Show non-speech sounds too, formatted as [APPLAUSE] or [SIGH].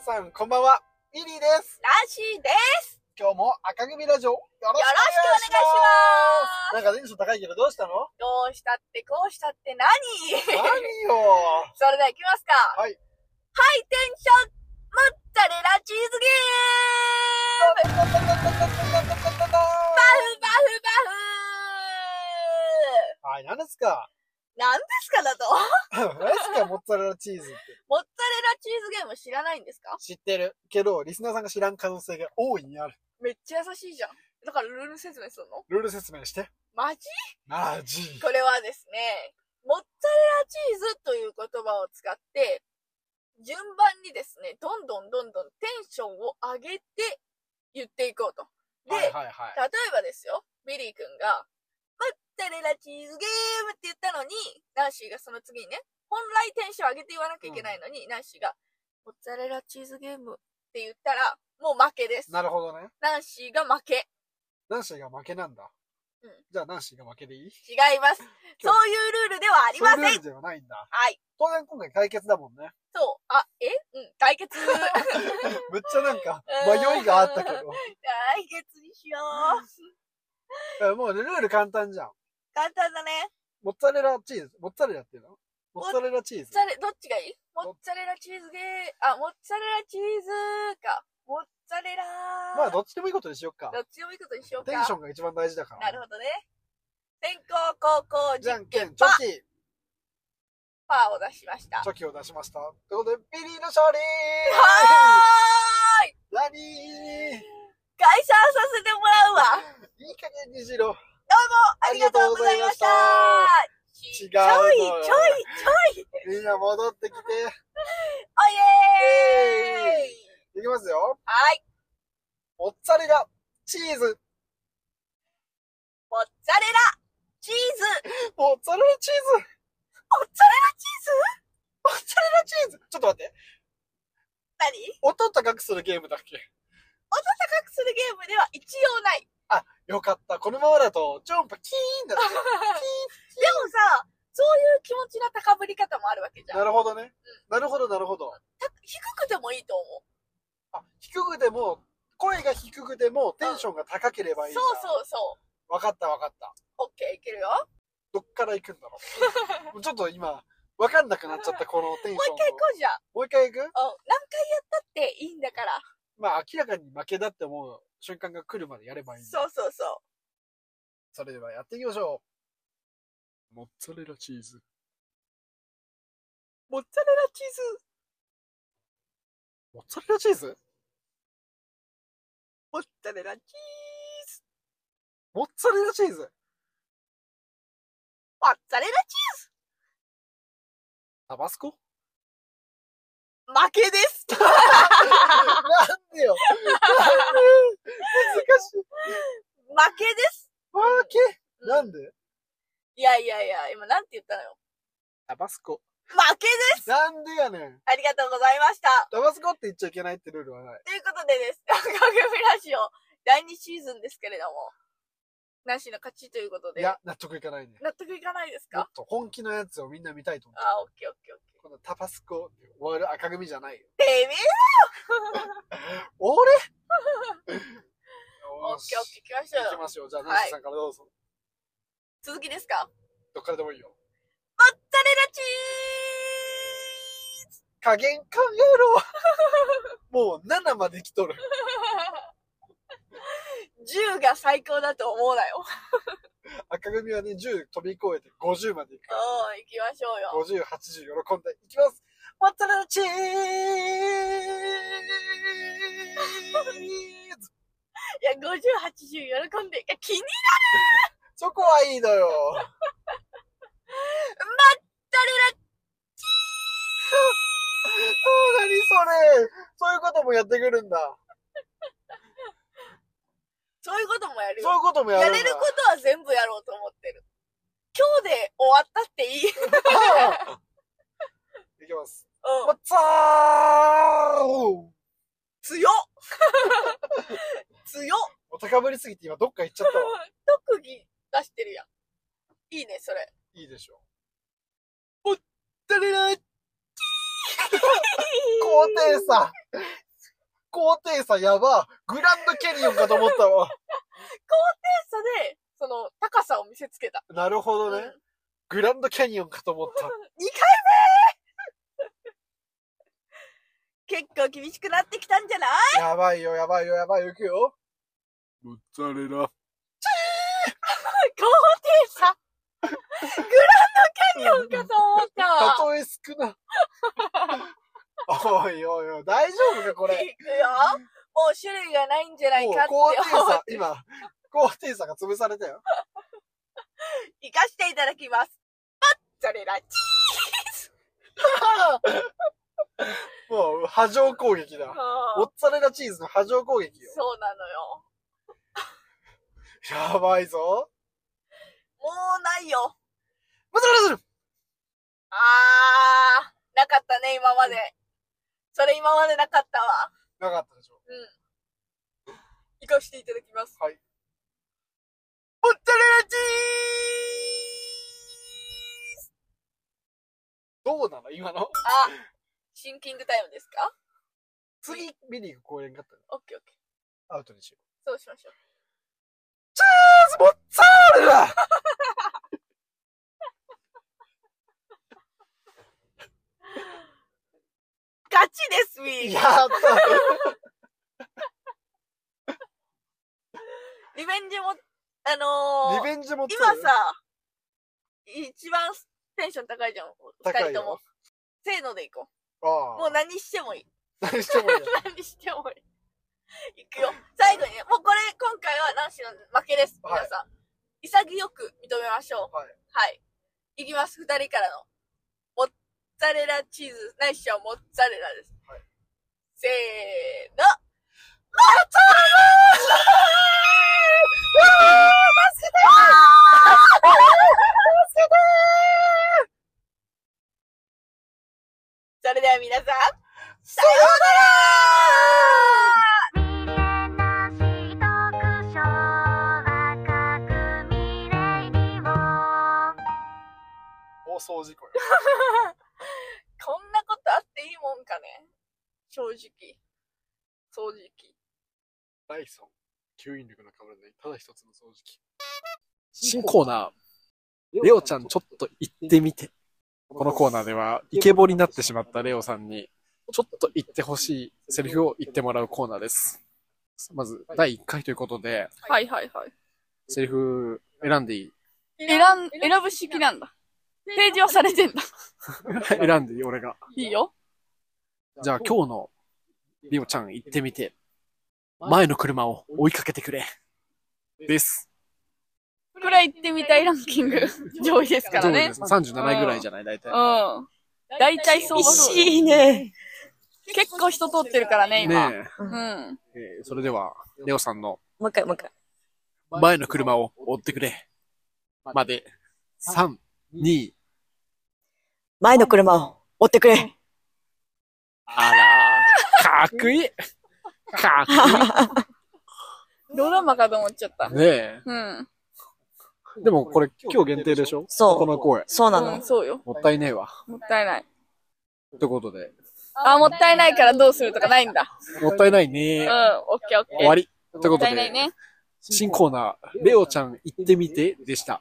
さん、こんばんは。ミリーです。ラッシーです。今日も赤組ラジオ、よろしくお願よろいしくしお願いします。ます。なんかテンション高いけど、ど [LAUGHS] うしたのどうしたってこうしたって [LAUGHS] 何何よそれでは行きますか。はい。ハイテンションモッツァレラチーズゲームー。バフはバフバフい、何ですか [LAUGHS] 何ですかだと [LAUGHS] 何ですかモッツァレラチーズって。モッツァレラチーズゲーム知らないんですか知ってる。けど、リスナーさんが知らん可能性が大いにある。めっちゃ優しいじゃん。だからルール説明するのルール説明して。マジマジ。これはですね、モッツァレラチーズという言葉を使って、順番にですね、どんどんどんどんテンションを上げて言っていこうと。で、はいはいはい。例えばですよ、ビリー君が、モッツァレラチーズゲームって言ったのに、ナンシーがその次にね、本来テンション上げて言わなきゃいけないのに、ナンシーが、モッツァレラチーズゲームって言ったら、もう負けです。なるほどね。ナンシーが負け。ナンシーが負けなんだ。うんじゃあナンシーが負けでいい違います。そういうルールではありまそういうせルーん。ルではないんだ。はい。当然今回解決だも [LAUGHS] んね。そう。あ、えうん、解 [LAUGHS] 決。解むっちゃなんかうん迷いがあったけど。決にしよう。えもうねルール簡単じゃん。簡単だね。モッツァレラチーズ。モッツァレラっていうのモッツァレラチーズモッツ。ァレ、どっちがいいモッツァレラチーズゲー、あ、モッツァレラチーズか。モッツァレラー。まあどっちでもいいことにしよっかど。っちでもいいことにしようか。テンションが一番大事だから。なるほどね。先行高校じゃ実んけ験ん、チパョーキ、パーを出しました。はチョキを出しました。ということで、ビリーの勝利ーいラリー解散させてもらうわ。いい加減にしろ。ありがとうございました。違うちょのいちよょいちょい。みんな戻ってきて。おいえーえいいきますよ。はい。モッツァレラ、チーズ。モッツァレラ、チーズ、モッツァレラチーズ。モッツァレラチーズモッツァレラチーズ。ちょっと待って。何音高くするゲームだっけ音高くするゲームでは一応ない。よかった。このままだと、ジョンプキーンだね。でもさ、そういう気持ちの高ぶり方もあるわけじゃん。なるほどね。なるほど、なるほど。た低くてもいいと思う。あ、低くても、声が低くても、テンションが高ければいいんそだ。。うそうそうわかった、わかった。う。オッケーいけるよ。もどっから行くんだろう。 [LAUGHS] もうちょっと今、わかんなくなっちゃった、このテンションう一回行こうじゃん。うんもう一回行く何回やったっていいんだから。まあ、明らかに負けだって思う瞬間が来るまでやればいいんだそうそうそう。それではやっていきましょう。モッツァレラチーズ。モッツァレラチーズ、モッツァレラチーズモッツァレラチーズ、モッツァレラチーズモッツァレラチタバスコーズ。負け [LAUGHS] です。なん [LAUGHS] でよなんで難しい。負けです。わーけなんでいやいやいや、今なんて言ったのよ。タバスコ。負けです。なんでやねん。ありがとうございました。タバスコって言っちゃいけないってルールはない。ということでです。 [LAUGHS] 赤組ラジオ第2シーズンですけれども、ナンシーの勝ちということいで、や、納得いかないね。納得いかないですもっかと本気のやつをみんな見たいと思う。あ、オッケーオッケーオッケー。このタバスコって終わる赤組じゃないよ。てめえ俺オ [LAUGHS] よッしケーオッケー来ました行きよ。ましょう。じゃあ、はいナンシーさんからどうぞ。続きですかどっからでもいいよ。モッツァレラチ加減考えろ [LAUGHS] もう7まで来とる。ーズ [LAUGHS] !10 が最高だと思うなよ。うん、赤組はね、10飛び越えて50までいくから。行きましょうよ。 50、80喜んでいきます。モッツァレラチーズいや、50、80喜んで、いや、気に入っそこはいいのよ。たれそう何それそういうこともやってくるんだ。ら、そういうこともやるよそういうこともややるんだ。れることは全部やろうと思ってる。今日で終わったっていい。うん。いきます。モッツァー強っ強っお高ぶりすぎて今どっか行っちゃったわ。特技出してるやん。いいね、それ。いいでしょ。モッツァレラチーズ怖高低差。高低差やば。グランドキャニオンかと思ったわ。差で、その、高さを見せつけた。なるほどね。グランドキャニオンかと思った。 2回目結構厳しくなってきたんじゃないやばいよ、やばいよ、やばいよ、行くよ。モッツァレラ。高低差グランドキャニオンかと思ったたとえ少な。おいおいおい、大丈夫かこれ。いくよもう種類がないんじゃないもうかって思う高低差、今、高低差が潰されたよ。 [LAUGHS] 生かしていただきますモッツァレラチ [LAUGHS] ーズもう、波状攻撃だ。モッツァレラチーズの波状攻撃よ。そうなのよやばいぞ。もうないよモッツァレラチーズあーなかったね今までそれ今までなかったわなかったでしょ。生かしていただきますはい。モッツァレラチーズどうなの今の。あシンキングタイムですか次、見に行く公演があったオッケーオッケーらアウトにしよう。そうしましょうチーズモッツァレラガチですウィーやったリベンジもあのーリベンジも今さ、一番テンション高いじゃん。高二い人ともよ。。せーのでいこう。あもうあ。何してもいい。 [LAUGHS] 何してもいいよ。何してもいい。いくよ。最後にね、もうこれ、今回はナンシーの負けです。はい皆さん。潔く認めましょう。はい。はい。いきます。二人からの。モッツァレラチーズ、ないしはモッツァレラです。はいせーの。モッツァレラそれでは皆さん、さようなら「未練なし特徴は各未来にも」放送事故よ。こんなことあっていいもんかね正直。正直。ダイソン、吸引力の変わらない、ただ一つの掃除機。新コーナー、レオちゃんちょっと行ってみて。このコーナーでは、イケボになってしまったレオさんに、ちょっと言ってほしいセリフを言ってもらうコーナーです。まず、第1回ということで、はいはいはい。セリフ選んでい [LAUGHS] い選ん、選ぶ式なんだ。提示はされてんだ。選んでいい俺が。いいよ。じゃあ今日のレオちゃん行ってみて。前の車を追いかけてくれ。です。くらい行ってみたいランキング、上位ですかどらうでねす。か ?37 位ぐらいじゃない大う体ん。。大体相場そうだよ。いね。結構人通ってるからね、今。ねうん。ええーそれでは、レオさんのもう一回、もう一回。前の車を追ってくれ。まで、3、2、前の車を追ってくれ。あらー、かっこいい。かっドラマかと思っちゃった。こいい。ねうん。え。でもこれ今日限定でしょそうこの声。そうなうん、の。そうよ。もったいねえわ。もったいない。ということで。あ、もったいないからどうするとかないんだ。もったいないうん。ねオッケーオッケー。終わり。といもうこっとたいないで、ね。新コーナー、レオちゃん行ってみてでした。